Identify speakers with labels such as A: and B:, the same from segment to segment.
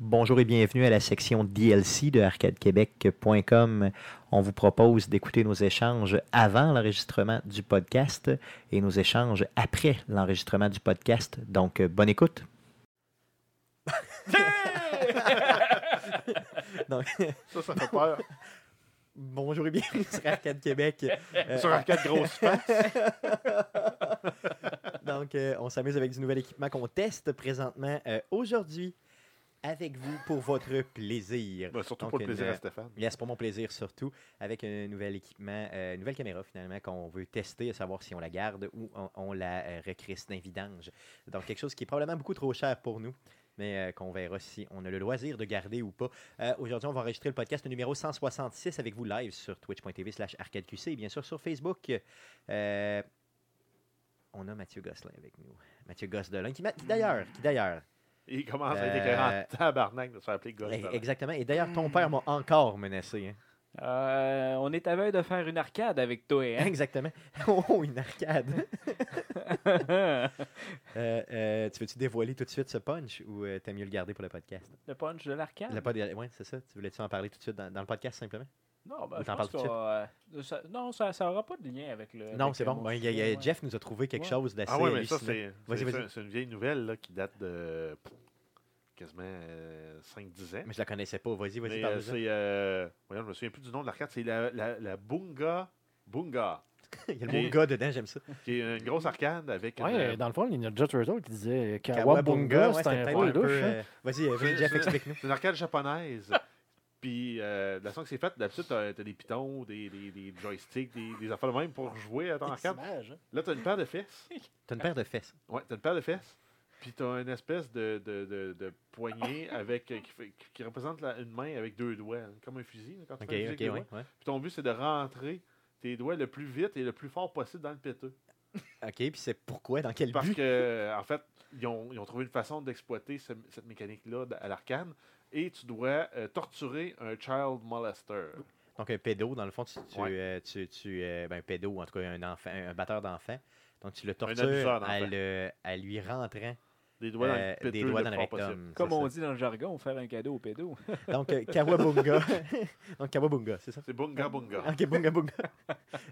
A: Bonjour et bienvenue à la section DLC de arcadequebec.com. On vous propose d'écouter nos échanges avant l'enregistrement du podcast et nos échanges après l'enregistrement du podcast. Donc, euh, bonne écoute. Donc,
B: Ça, ça fait peur.
A: bonjour et bienvenue sur Arcade Québec. Euh,
B: Sur Arcade Grosse Face.
A: Donc, euh, on s'amuse avec du nouvel équipement qu'on teste présentement euh, aujourd'hui avec vous pour votre plaisir.
B: Ben, surtout
A: Donc, euh,
B: pour le plaisir
A: une-
B: à Stéphane.
A: Yes, pour mon plaisir surtout, avec un nouvel équipement, euh, une nouvelle caméra finalement qu'on veut tester, à savoir si on la garde ou on, on la euh, recrisse d'un vidange. Donc quelque chose qui est probablement beaucoup trop cher pour nous, mais euh, qu'on verra si on a le loisir de garder ou pas. Euh, Aujourd'hui, on va enregistrer le podcast numéro 166 avec vous live sur twitch.tv slash arcadeqc et bien sûr sur Facebook. Euh, on a Mathieu Gosselin avec nous. Mathieu Gosselin, qui, m'a- qui d'ailleurs, qui d'ailleurs,
B: Il commence à être
A: Euh,
B: éclairant en tabarnak de se faire appeler gosse.
A: Eh, exactement, et d'ailleurs ton père m'a encore menacé. hein.
C: Euh, on est à veille de faire une arcade avec toi, hein?
A: Exactement. Oh, une arcade.
C: le
A: Euh, euh, tu veux-tu dévoiler tout de suite ce punch ou euh, t'aimes mieux le garder pour le podcast?
C: punch de
B: Ah.
C: l'arcade?
A: Le pod... Oui, c'est ça. Tu voulais-tu en parler tout de suite dans, dans le podcast simplement?
C: Non, ben,
A: Ou
C: je
A: t'en parles
C: pense
A: tout de
C: qu'on va- euh, ça, non, ça n'aura pas de lien avec
B: Euh,
C: le.
A: non,
C: avec
A: c'est
C: le
A: bon.
C: mot
A: Ben, il y a-
C: sujet,
A: il y a-
C: ouais.
A: Jeff nous a trouvé quelque
C: Ouais.
A: chose d'assez
B: Ah ouais, mais ça,
A: hallucinant.
B: c'est
A: Vas-y,
B: c'est-
A: vas-y.
B: c'est une vieille nouvelle là, qui date de pff, quasiment euh, 5-10 ans.
A: Mais je la connaissais pas. Vas-y, vas-y,
B: Mais,
A: parle
B: euh, c'est. euh, voyons, je me souviens plus du nom de l'arcade. C'est la, la, la Bunga. Bunga.
A: Il y a le
B: les-
A: mot gars dedans, j'aime ça.
B: Qui est une grosse arcade avec. une-
D: Oui, dans le fond, il y a Ninja Turtle qui disait
A: Kawabunga,
D: Kawabunga,
A: ouais,
D: c'est un
A: peut-être
D: peu douche. hein.
A: euh, Vas-y, euh, vas-y,
B: C'est-
A: Jeff,
B: c'est-
A: explique-nous.
B: C'est une arcade japonaise. Puis, euh, de la façon que c'est faite, d'habitude, t'as t'as des pitons, des, des, des joysticks, des, des affaires de même pour jouer à ton arcade.
C: hein.
B: Là, t'as une paire de fesses.
A: T'as une paire de fesses.
B: Ouais, t'as une paire de fesses, puis t'as une espèce de, de, de, de poignée avec, euh, qui, fait- qui- qui représente la- une main avec deux doigts, hein, comme un fusil. là, quand tu
A: Ok, ok,
B: fais un fusil avec
A: ouais.
B: deux doigts.
A: ouais.
B: Puis ton but, c'est de rentrer tes doigts le plus vite et le plus fort possible dans le péteux.
A: Ok, puis c'est pourquoi, dans quel
B: Parce
A: but?
B: que, en fait, ils ont, ils ont trouvé une façon d'exploiter ce- cette mécanique-là d- à l'arcane. Et tu dois euh, torturer un child molester.
A: Donc, un pédo, dans le fond, tu. tu,
B: Ouais.
A: euh, tu, tu, euh, ben, un pédo, en tout cas, un, enfant, un batteur d'enfants. Donc, tu le tortures
B: abuseur
A: à,
B: d'enfant.
A: le- à lui rentrant
B: Des doigts dans
A: euh,
B: le péteux
A: des doigts
B: le
A: dans le
B: plus fort possible.
A: rectum.
C: Comme
A: c'est
C: on
A: ça.
C: dit dans le jargon, faire un cadeau au pédo.
A: Donc, euh, Kawabunga. Donc, Kawabunga, c'est ça?
B: C'est bunga bunga.
A: Ok, Bunga Bunga.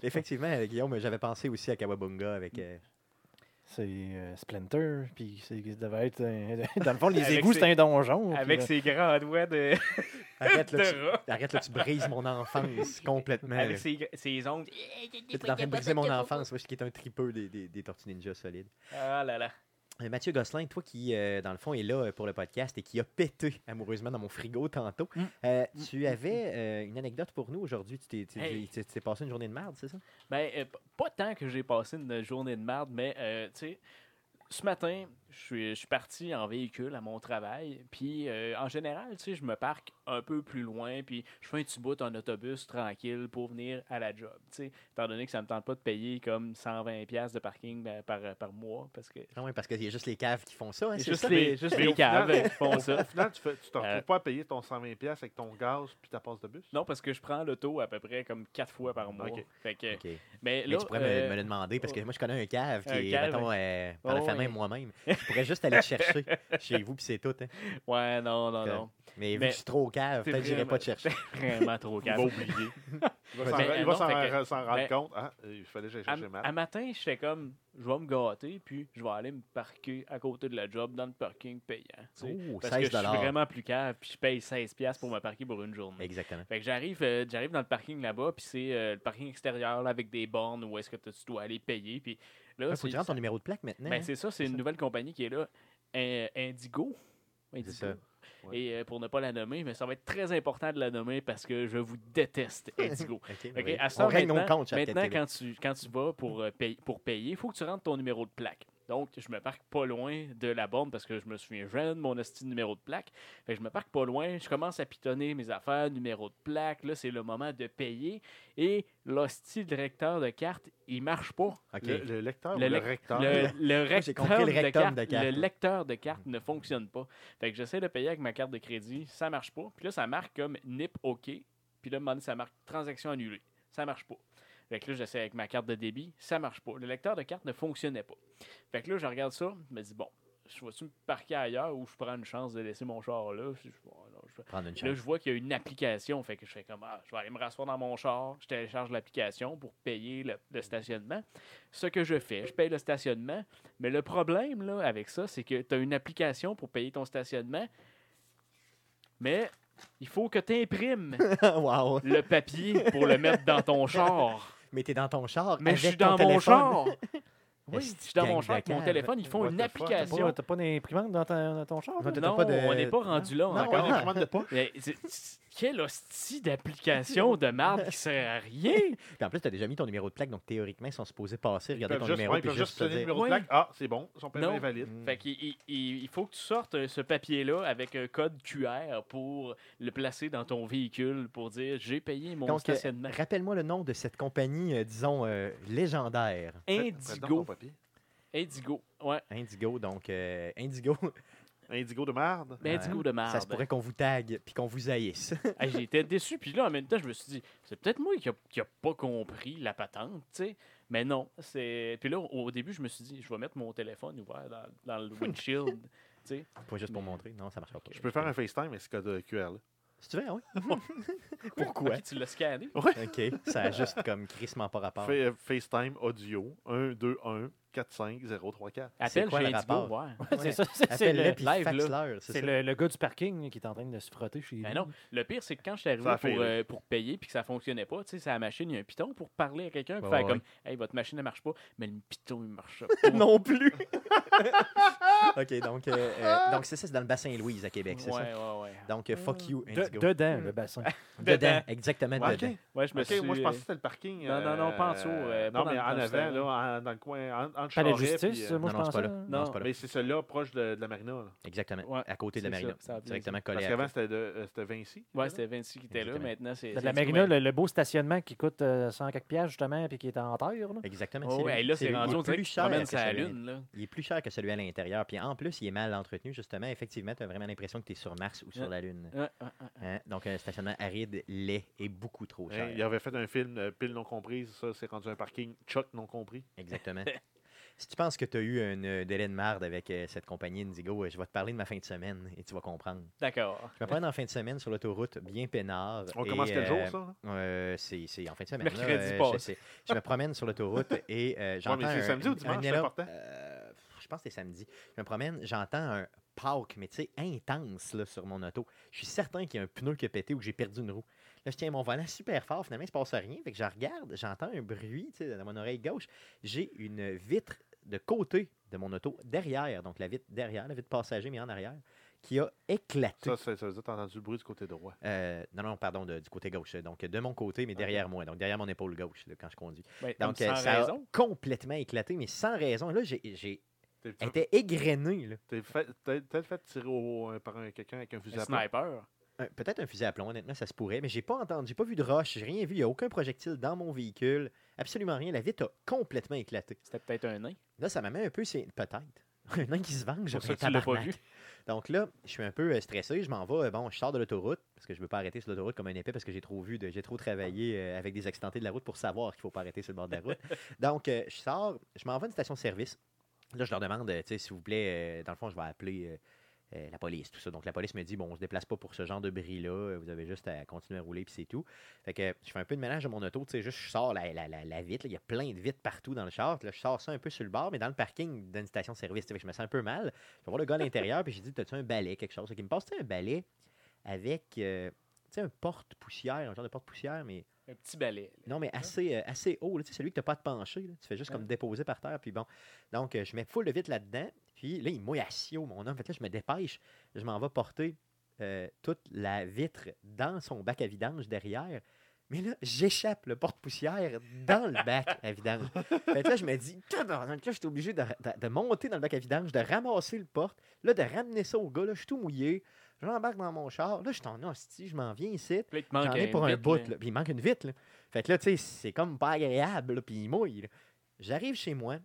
A: Effectivement, euh, Guillaume, j'avais pensé aussi à Kawabunga avec. euh,
D: C'est euh, Splinter, puis c'est- ça devait être. un- dans le fond, les
C: Avec
D: égouts,
C: ses-
D: c'est un donjon. puis
C: avec
D: là-
C: ses grands doigts de.
A: Arrête, là, tu...
C: de rat.
A: Arrête, là, tu brises mon enfance complètement. là.
C: Avec ses, gr- ses ongles.
A: Là, T'es en train de briser mon enfance, moi, ce qui est un tripeux des, des, des Tortues Ninja solides.
C: Ah là là.
A: Euh, Mathieu Gosselin, toi qui, euh, dans le fond, est là euh, pour le podcast et qui a pété amoureusement dans mon frigo tantôt,
C: Mm.
A: euh, tu avais euh, une anecdote pour nous aujourd'hui. Tu t'es- tu-
C: Hey.
A: tu- tu t'es passé une journée de merde, c'est ça?
C: Ben, euh, p- pas tant que j'ai passé une journée de merde, mais euh, tu sais, ce matin, je suis- je suis parti en véhicule à mon travail. Puis, euh, en général, tu sais, je me parque un peu plus loin, puis je fais un petit bout en autobus tranquille pour venir à la job. Tu sais, étant donné que ça me tente pas de payer comme 120$ de parking ben, par, par mois, parce que.
A: Ah oui, parce qu'il y a juste les caves qui font ça. hein,
C: C'est
A: c'est
C: juste
A: ça?
C: les, juste
B: mais
C: les
B: au final-
C: caves qui font
B: Au
C: ça.
B: final, tu ne tu te
C: Euh,
B: retrouves pas à payer ton 120$ avec ton gaz puis ta passe de bus.
C: Non, parce que je prends l'auto à peu près comme quatre fois par mois.
B: Ok.
C: Fait que,
A: Ok.
C: mais
A: Mais
C: là,
A: tu pourrais me- me,
C: euh,
A: le demander parce que moi je connais un cave qui
C: un
A: est,
C: cave,
A: mettons, euh, par la
C: Oh,
A: famille
C: oui.
A: moi-même. Je pourrais juste aller le chercher chez vous puis c'est tout. hein.
C: euh, ouais, non, non,
A: Que-
C: non.
A: Mais, vu
C: Mais
A: que je suis trop au cave,
C: t'es
A: peut-être que j'irai
C: vraiment-
A: pas te chercher.
C: Vraiment trop
B: Il va
C: calme.
B: oublier. Il va s'en-
C: Mais,
B: il va
C: non,
B: s'en
C: fait que-
B: s'en rendre
C: mais-
B: compte. Ah, il fallait que j'aille
C: À,
B: chercher Matt.
C: à matin, j'étais comme, je vais me gâter, puis je vais aller me parquer à côté de la job dans le parking payant. tu sais.
A: Oh,
C: parce que je
A: 16
C: suis vraiment plus cave, puis je paye 16$ piastres pour me parquer pour une journée.
A: Exactement.
C: Fait que j'arrive, euh, j'arrive dans le parking là-bas, puis c'est euh, le parking extérieur là, avec des bornes où est-ce que t- tu dois aller payer. Puis là,
A: Il faut que tu rentres ton numéro de plaque maintenant.
C: ben,
A: hein.
C: c'est ça, c'est
A: ça.
C: une nouvelle compagnie qui est là, In- Indigo. Indigo.
A: ça.
B: Ouais.
C: Et euh, pour ne pas la nommer, mais ça va être très important de la nommer parce que je vous déteste, Indigo.
A: Ok,
C: Ok,
A: oui.
C: à ce
A: On
C: temps,
A: règle nos
C: maintenant-
A: comptes, Chapter
C: Maintenant,
A: Québec.
C: quand tu, quand tu vas pour, euh, paye- pour payer, il faut que tu rentres ton numéro de plaque. Donc, je me parque pas loin de la borne parce que je me souviens jeune, de mon hostie de numéro de plaque. Fait que je me parque pas loin, je commence à pitonner mes affaires, numéro de plaque. Là, c'est le moment de payer. Et l'hostie de lecteur de carte, il marche pas.
A: Ok.
B: Le, le lecteur
C: Le
B: ou le
C: lec-
B: recteur.
C: Le, le
A: j'ai
C: rectum,
A: compris le
C: de
A: rectum
C: carte,
A: de carte,
C: le
A: là.
C: lecteur de carte ne fonctionne pas. Fait que j'essaie de payer avec ma carte de crédit, ça marche pas. Puis là, ça marque comme NIP OK. Puis là, à un moment donné, ça marque transaction annulée. Ça marche pas. Fait que là, j'essaie avec ma carte de débit, ça marche pas. Le lecteur de carte ne fonctionnait pas. Fait que là, je regarde ça, je me dis, bon, je vais-tu me parquer ailleurs ou je prends une chance de laisser mon char là? Je- je- bon, non, je-
A: Prendre une
C: Là,
A: chance.
C: je vois qu'il y a une application. Fait que je fais comme, ah, je vais aller me rasseoir dans mon char. Je télécharge l'application pour payer le,
A: Mm-hmm.
C: le stationnement. Ce que je fais, je paye le stationnement. Mais le problème là, avec ça, c'est que tu as une application pour payer ton stationnement. Mais il faut que tu imprimes
A: wow.
C: le papier pour le mettre dans ton char.
A: Mais t'es dans ton char.
C: Mais
A: avec
C: je suis
A: ton
C: dans mon
A: téléphone.
C: char. Oui,
A: Est-ce
C: je suis dans
A: gang
C: mon
A: de
C: char avec mon
A: cave.
C: téléphone. Ils font
B: What
C: une
B: the fuck, t'as pas-
D: T'as pas,
C: application.
D: t'as pas d'imprimante dans, ta- dans ton char?
A: Ouais,
D: là?
A: t'as
C: Non,
A: pas de-
C: on n'est pas rendu là. on a
A: Non,
C: encore
A: ouais.
B: commande de pas.
C: Mais c'est- c'est- quelle hostie d'application de merde qui sert à rien!
A: Puis en plus, t'as déjà mis ton numéro de plaque, donc théoriquement, ils sont supposés passer,
B: Ils
A: regarder
B: peuvent
A: ton
B: juste,
A: numéro.
B: ouais, ils
A: puis
B: peuvent juste
A: te
B: tenir le
A: dire-
B: numéro de
C: Ouais.
B: plaque. Ah, c'est bon, son paiement
C: Non.
B: est valide.
A: Mm.
C: Fait qu'il il, il- il faut que tu sortes euh, ce papier-là avec un code QR pour le placer dans ton véhicule pour dire j'ai payé mon
A: Donc, euh,
C: stationnement.
A: Rappelle-moi le nom de cette compagnie, euh, disons, euh, légendaire.
B: Fais- fais donc ton
C: Indigo.
B: papier.
C: Indigo. Ouais.
A: Indigo, donc euh, Indigo.
B: Indigo de marde.
A: Ouais.
C: Ben, Indigo de merde.
A: Ça se pourrait qu'on vous tague puis qu'on vous haïsse.
C: Hey, J'étais déçu. Puis là, en même temps, je me suis dit, c'est peut-être moi qui a, qui a pas compris la patente, tu sais. Mais non, c'est... Puis là, au au début, je me suis dit, je vais mettre mon téléphone ouvert dans, dans le windshield. tu sais.
A: Pas juste pour
C: Mais-
A: montrer. Non, ça marche pas.
B: Je peux faire un FaceTime avec ce code QR là.
A: Si tu veux, oui. Pourquoi?
C: Ok, tu l'as scanné.
A: OK. Ça a juste comme crissement pas rapport.
B: Fais- euh, FaceTime audio 1 2 1 4 5 0 3 4.
C: Appelle chez
A: quoi le
C: Indigo,
A: rapport?
C: voir.
A: Ouais.
D: C'est ça, c'est- c'est
A: Appelle-le
D: le,
A: puis
C: live,
A: faxe
C: là.
A: leur
D: c'est
A: C'est ça.
D: le, le gars du parking qui est en train de se frotter chez lui.
C: Ben non, le pire, c'est que quand je suis arrivé
B: Ça a
C: pour,
B: fait,
C: euh, pour payer puis que ça fonctionnait pas, tu sais, c'est la machine, il y a un piton pour parler à quelqu'un, puis
A: Ouais,
C: faire
A: ouais,
C: comme Hey, votre machine ne marche pas, mais le piton, il marche pas.
A: non plus. OK, donc euh,
D: Ah!
A: euh, donc c'est ça, c'est dans le bassin Louise à Québec, c'est
C: ouais,
A: ça?
C: ouais, ouais.
A: Donc, euh, fuck you,
D: De-
A: Indigo.
D: dedans, le bassin.
A: Ah, Dedans, exactement
B: Ouais,
A: dedans.
B: ok.
C: Ouais, je me
B: Ok,
C: suis.
B: moi je pensais que
C: euh,
B: c'était le parking.
C: non, non, non, pas en
B: euh,
C: dessous, euh, pas
B: non,
C: dans
B: mais
C: le-
B: en
C: dans le
B: avant,
C: salon.
B: là, en- dans le coin, en, entre
D: Palais de
B: Charest, puis,
D: justice,
B: euh,
A: non,
D: moi je
A: non,
D: pense
A: c'est pas là.
D: ça.
A: Non, c'est pas là.
B: Mais c'est celui-là proche de, de la marina. là.
A: Exactement.
C: Ouais,
A: à côté de la
C: c'est
A: marina.
C: ça, ça a bien
A: directement collé
B: Parce
A: à.
B: qu'avant c'était de- euh, c'était Vinci.
C: Ouais, c'était Vinci qui était là,
A: Exactement.
C: maintenant c'est.
D: De
C: c'est
D: la
C: Indigo.
D: Marina, le, le beau stationnement qui coûte euh, 100 quelques piastres, justement, puis qui est en terre. Là.
A: Exactement.
C: Oh, ouais,
A: lui.
C: là, c'est
A: lui.
C: rendu,
A: il
C: on
A: est
C: dirait
A: plus
C: qu'il
A: cher
C: promène
A: que
C: sa
A: celui à
C: lune, là.
A: Il est plus cher que celui à l'intérieur. Puis en plus, il est mal entretenu, justement. Effectivement, tu as vraiment l'impression que tu es sur Mars ou sur
C: Ouais.
A: la Lune.
C: Ouais, ouais, ouais.
A: Hein? Donc, un stationnement aride, laid et beaucoup trop cher.
B: Hein, il avait fait un film, euh, Pile non comprise, ça c'est rendu un parking Chuck non compris.
A: Exactement. si tu penses que tu as eu un euh, délai de marde avec euh, cette compagnie Indigo, euh, je vais te parler de ma fin de semaine et tu vas comprendre.
C: D'accord.
A: Je me prends en fin de semaine sur l'autoroute, bien peinard.
B: On
A: et,
B: commence quel jour
A: euh,
B: ça là?
A: Euh, c'est, c'est en fin de semaine. là,
C: Mercredi
A: euh,
C: passé.
A: je, sais. Je me promène sur l'autoroute et euh, j'entends.
B: mais c'est
A: un-
B: samedi ou
A: un
B: dimanche, c'est
A: énorme-
B: important?
A: Euh, je pense que c'est samedi. Je me promène, j'entends un park, mais tu sais, intense là, sur mon auto. Je suis certain qu'il y a un pneu qui a pété ou que j'ai perdu une roue. Là, je tiens mon volant super fort, finalement, il se passe rien. Fait que je regarde, j'entends un bruit tu sais, dans mon oreille gauche. J'ai une vitre de côté de mon auto, derrière, donc la vitre derrière, la vitre passager, mais en arrière, qui a éclaté.
B: Ça, ça, ça veut dire que t'as entendu le bruit du côté droit.
A: Euh, non, non, pardon, de- du côté gauche. euh, Donc, de mon côté, mais
B: Ok.
A: derrière moi. Donc, derrière mon épaule gauche, là, quand je conduis.
C: Ouais, comme
A: Donc, euh,
C: sans
A: ça a
C: raison.
A: complètement éclaté, mais sans raison. Là, j'ai, j'ai
B: T'es- t'es-
A: été égrené. là.
B: T'es fait, t'es- t'es fait tirer au- euh, par un- quelqu'un avec un fusil
C: Un
B: à plomb.
C: sniper.
A: Un- peut-être un fusil à plomb, honnêtement, ça se pourrait, mais j'ai pas entendu, j'ai pas vu de roche, j'ai rien vu, il n'y a aucun projectile dans mon véhicule, absolument rien. La vitre a complètement éclaté.
C: C'était peut-être un nain.
A: Là, ça m'amène un peu, c'est peut-être. Un nain qui se venge,
C: Pour ça
A: un
C: que tu l'as pas
A: tabarnak.
C: vu.
A: Donc là, je suis un peu euh, stressé, je m'en vais, euh, bon, je sors de l'autoroute, parce que je ne veux pas arrêter sur l'autoroute comme un épais, parce que j'ai trop vu, de- j'ai trop travaillé euh, avec des accidentés de la route pour savoir qu'il ne faut pas arrêter sur le bord de la route. Donc, euh, je sors, je m'en vais à une station-service. Là, je leur demande, euh, tu sais, s'il vous plaît, euh, dans le fond, je vais appeler euh, euh, la police, tout ça. Donc, la police me dit, bon, on ne se déplace pas pour ce genre de bris-là, euh, vous avez juste à continuer à rouler, puis c'est tout. Fait que euh, je fais un peu de ménage de mon auto, tu sais, juste je sors la, la, la, la vitre, là, il y a plein de vitres partout dans le char, Puis là, je sors ça un peu sur le bord, mais dans le parking d'une station-service, tu sais, fait que je me sens un peu mal. Je vais voir le gars à l'intérieur, puis j'ai dit, t'as-tu un balai, quelque chose? Il me passe tu sais, un balai avec, euh, tu sais, un porte-poussière, un genre de porte-poussière, mais
C: Un petit balai. là.
A: non, mais assez, euh, assez haut, là, tu sais, celui que t'as pas de pencher, là. tu fais juste
C: Ouais.
A: comme déposer par terre, puis bon. Donc, euh, je mets full de vite là-dedans, puis là, il mouille à sio, mon homme. Fait que là, je me dépêche, je m'en vais porter euh, toute la vitre dans son bac à vidange derrière. Mais là, j'échappe le porte-poussière dans le bac à vidange. Fait que là, je me dis, tabarnak, là, je suis obligé de, de- de monter dans le bac à vidange, de ramasser le porte, là, de ramener ça au gars, là, je suis tout mouillé. Je l'embarque dans mon char, là, je suis en hostie, je m'en viens ici.
C: Puis là, il te
A: J'en
C: manque
A: ai
C: un
A: pour un
C: bit,
A: bout,
C: là.
A: là. Puis il manque une vitre, là. Fait que là, tu sais, c'est comme pas agréable, là, puis il mouille. là. J'arrive chez moi,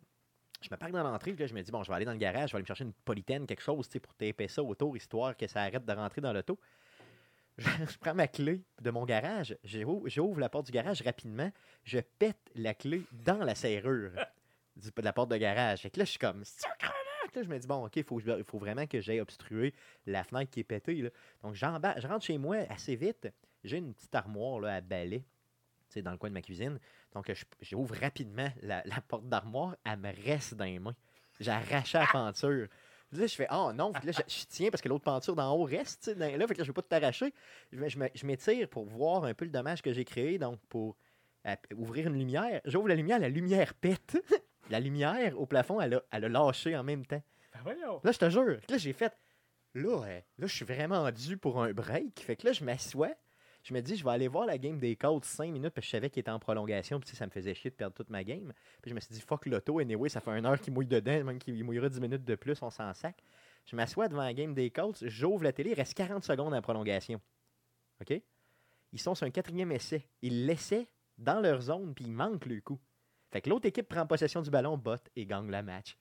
A: je me parque dans l'entrée, puis là, je me dis, bon, je vais aller dans le garage, je vais aller me chercher une politaine, quelque chose, tu sais, pour taper ça autour, histoire que ça arrête de rentrer dans l'auto. Je, je prends ma clé de mon garage, j'ou- j'ouvre la porte du garage rapidement, je pète la clé dans la serrure du- de la porte de garage. Fait que là, je suis comme, C'est-tu un crânant? débarque, là, je me dis, bon, OK, il faut, que je- faut vraiment que j'aille obstruer la fenêtre qui est pétée. là. Donc, j'embarque- je rentre chez moi assez vite. J'ai une petite armoire là, à balai, tu sais, dans le coin de ma cuisine. Donc, je- j'ouvre rapidement la, la porte d'armoire. Elle me reste dans les mains. J'arrache la peinture. Puis Là, je fais, oh non, Fait que là, je, je tiens parce que l'autre peinture d'en haut reste. tu sais, dans- Là, fait que là, je ne veux pas tout arracher. Je, me- je me- je m'étire pour voir un peu le dommage que j'ai créé. Donc, pour euh, ouvrir une lumière, j'ouvre la lumière, la lumière pète. La lumière au plafond, elle a, elle a lâché en même temps.
C: Ben voyons.
A: Là, je te jure, que là, j'ai fait. Là, euh, là, je suis vraiment dû pour un break. Fait que là, je m'assois. Je me dis, je vais aller voir la game des Colts 5 minutes, parce que je savais qu'il était en prolongation, puis tu sais, ça me faisait chier de perdre toute ma game. Puis je me suis dit, fuck l'auto, anyway, ça fait une heure qu'il mouille dedans, même qu'il mouillera 10 minutes de plus, on s'en sac. Je m'assois devant la game des Colts, j'ouvre la télé, il reste 40 secondes en prolongation. OK? Ils sont sur un quatrième essai. Ils l'essaient dans leur zone, puis ils manquent le coup. Fait que l'autre équipe prend possession du ballon, botte et gagne la match.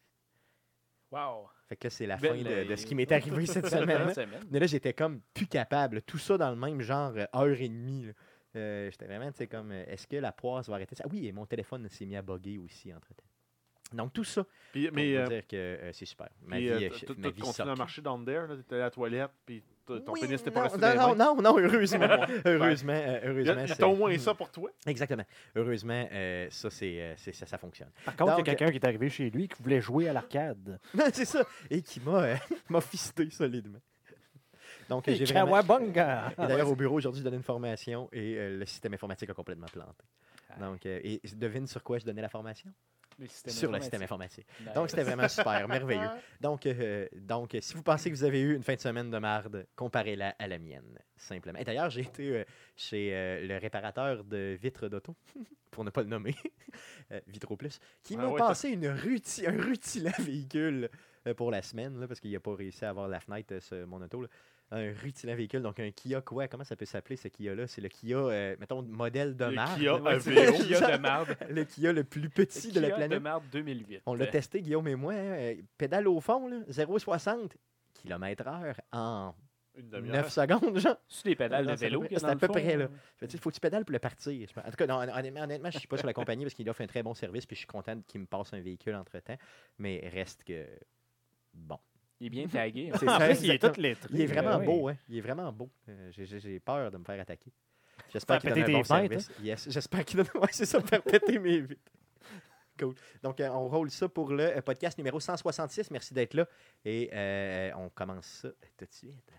C: Wow.
A: Fait que là, c'est la
C: Belle,
A: fin de, de ce qui
C: euh,
A: m'est arrivé cette
C: Bonne
A: semaine.
C: semaine.
A: Mais là, j'étais comme plus capable. Tout ça dans le même genre euh, heure et demie. là. Euh, j'étais vraiment, tu sais, comme, euh, est-ce que la poisse va arrêter ça? Ah Oui, et mon téléphone s'est mis à bugger aussi entre-temps. Donc, tout ça,
B: Puis,
A: pour
B: mais
A: vous
B: euh,
A: dire que euh, c'est super. Ma
B: puis,
A: vie,
B: euh,
A: euh,
B: t-
A: ch-
B: t-
A: ma
B: tout
A: vie
B: continue à
A: sortie.
B: marcher dans le derrière, là, t'étais à la toilette, puis t- ton
A: Oui,
B: pénis t'es
A: non,
B: pas resté dans les
A: non,
B: mains.
A: non, non, heureusement. heureusement, euh,
B: Il y a-
A: heureusement.
B: il y a
A: c'est-
B: au moins ça pour toi.
A: Exactement. Heureusement, euh, ça, c'est, euh, c'est- ça, ça fonctionne.
D: Par contre, il y a
A: Donc- euh,
D: quelqu'un qui est arrivé chez lui qui voulait jouer à l'arcade.
A: Non, c'est ça. Et qui m'a, euh, m'a fisté solidement. Donc,
D: Et
A: j'ai vraiment...
D: Kawabunga!
A: Et d'ailleurs, au bureau, aujourd'hui, je donnais une formation et euh, le système informatique a complètement planté.
C: Ah.
A: Donc, euh, et devine sur quoi je donnais la formation?
C: Le système
A: sur le système informatique.
C: Nice.
A: Donc, c'était vraiment super, merveilleux. Donc, euh, donc, euh, si vous pensez que vous avez eu une fin de semaine de marde, comparez-la à la mienne, simplement. Et d'ailleurs, j'ai été euh, chez euh, le réparateur de vitres d'auto, pour ne pas le nommer, euh, Vitro Plus, qui
B: Ah
A: m'a
B: ouais,
A: passé une ruti- un rutilant véhicule euh, pour la semaine, là, parce qu'il n'a pas réussi à avoir la fenêtre, euh, sur mon auto. là. Un rutilant véhicule, donc un Kia quoi? Comment ça peut s'appeler ce Kia-là? C'est le Kia, euh, mettons, modèle de
B: Le
A: marde.
B: Kia
A: Ouais, c'est
B: AVO.
A: le
C: Kia
A: Kia-
C: de marde.
A: le Kia le plus petit de la
C: Kia
A: planète.
C: de marde 2008.
A: On l'a testé, Guillaume et moi. hein, euh, pédale au fond, là, 0,60 km/h en
B: Une demi-heure.
A: 9 secondes, genre.
C: C'est des pédales
A: Ah, Non,
C: de
A: c'est à
C: vélo.
A: peu
C: qu'il y
A: près-
C: a dans
A: c'est à
C: le
A: peu
C: fond,
A: près, là.
C: hein?
A: Il faut que tu pédales pour le partir. je pense. En tout cas, non, honnêtement, honnêtement, je ne suis pas sur la compagnie parce qu'ils offrent un très bon service puis je suis content qu'ils me passent un véhicule entre-temps. Mais reste que... Bon.
C: Il est bien tagué. hein.
A: C'est
D: En
A: ça,
D: plus, il est
A: exactement.
D: tout lettré.
A: Il est vraiment
D: Ben Oui.
A: beau, hein. Il est vraiment beau. Euh, j'ai- J'ai j'ai peur de me faire attaquer. J'espère
D: Faire
A: qu'il donne un
D: péter
A: bon
D: tes fenêtres, hein?
A: service. Yes, j'espère qu'il donne... Ouais, c'est ça, faire péter mes vitres. Cool. Donc, euh, on roule ça pour le euh, podcast numéro 166. Merci d'être là. Et euh, on commence ça tout de suite.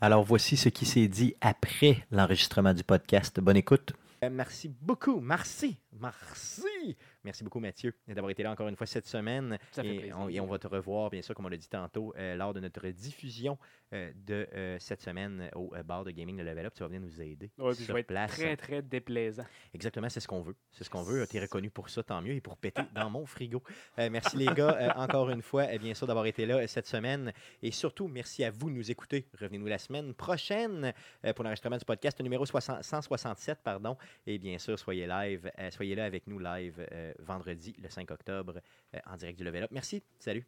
A: Alors, voici ce qui s'est dit après l'enregistrement du podcast. Bonne écoute. Euh, merci beaucoup. Merci. Merci. Merci beaucoup, Mathieu, d'avoir été là encore une fois cette semaine.
C: Ça fait
A: et,
C: plaisir.
A: on, et on va te revoir, bien sûr, comme on l'a dit tantôt, euh, lors de notre diffusion euh, de euh, cette semaine au euh, bar de gaming de Level Up. Tu vas venir nous aider
C: Ouais, puis je
A: sur
C: vais être
A: place.
C: très, très déplaisant.
A: Exactement, c'est ce qu'on veut. C'est ce qu'on veut. Tu es reconnu pour ça, tant mieux, et pour péter dans mon frigo. Euh, merci les gars, euh, encore une fois, euh, bien sûr, d'avoir été là euh, cette semaine. Et surtout, merci à vous de nous écouter. Revenez-nous la semaine prochaine euh, pour l'enregistrement du podcast numéro 60 167. Pardon. Et bien sûr, soyez live, euh, soyez là avec nous live euh, vendredi, le 5 octobre, euh, en direct du Level Up. Merci. Salut.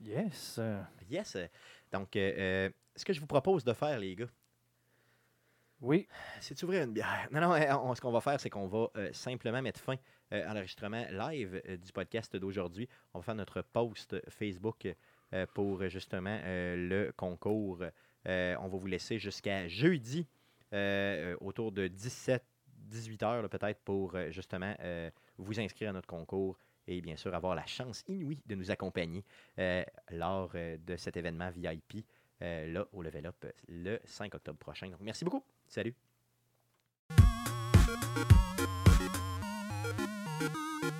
D: Yes! euh,
A: Yes. euh, Donc, euh, euh, ce que je vous propose de faire, les gars,
D: Oui,
A: C'est d'ouvrir une bière. Non, non, euh, on- ce qu'on va faire, c'est qu'on va euh, simplement mettre fin euh, à l'enregistrement live euh, du podcast d'aujourd'hui. On va faire notre post Facebook euh, pour euh, justement euh, le concours. Euh, on va vous laisser jusqu'à jeudi euh, euh, autour de 17, 18 heures là, peut-être pour euh, justement euh, vous inscrire à notre concours et bien sûr avoir la chance inouïe de nous accompagner euh, lors euh, de cet événement VIP euh, là au Level Up euh, le 5 octobre prochain. Donc merci beaucoup. Salut.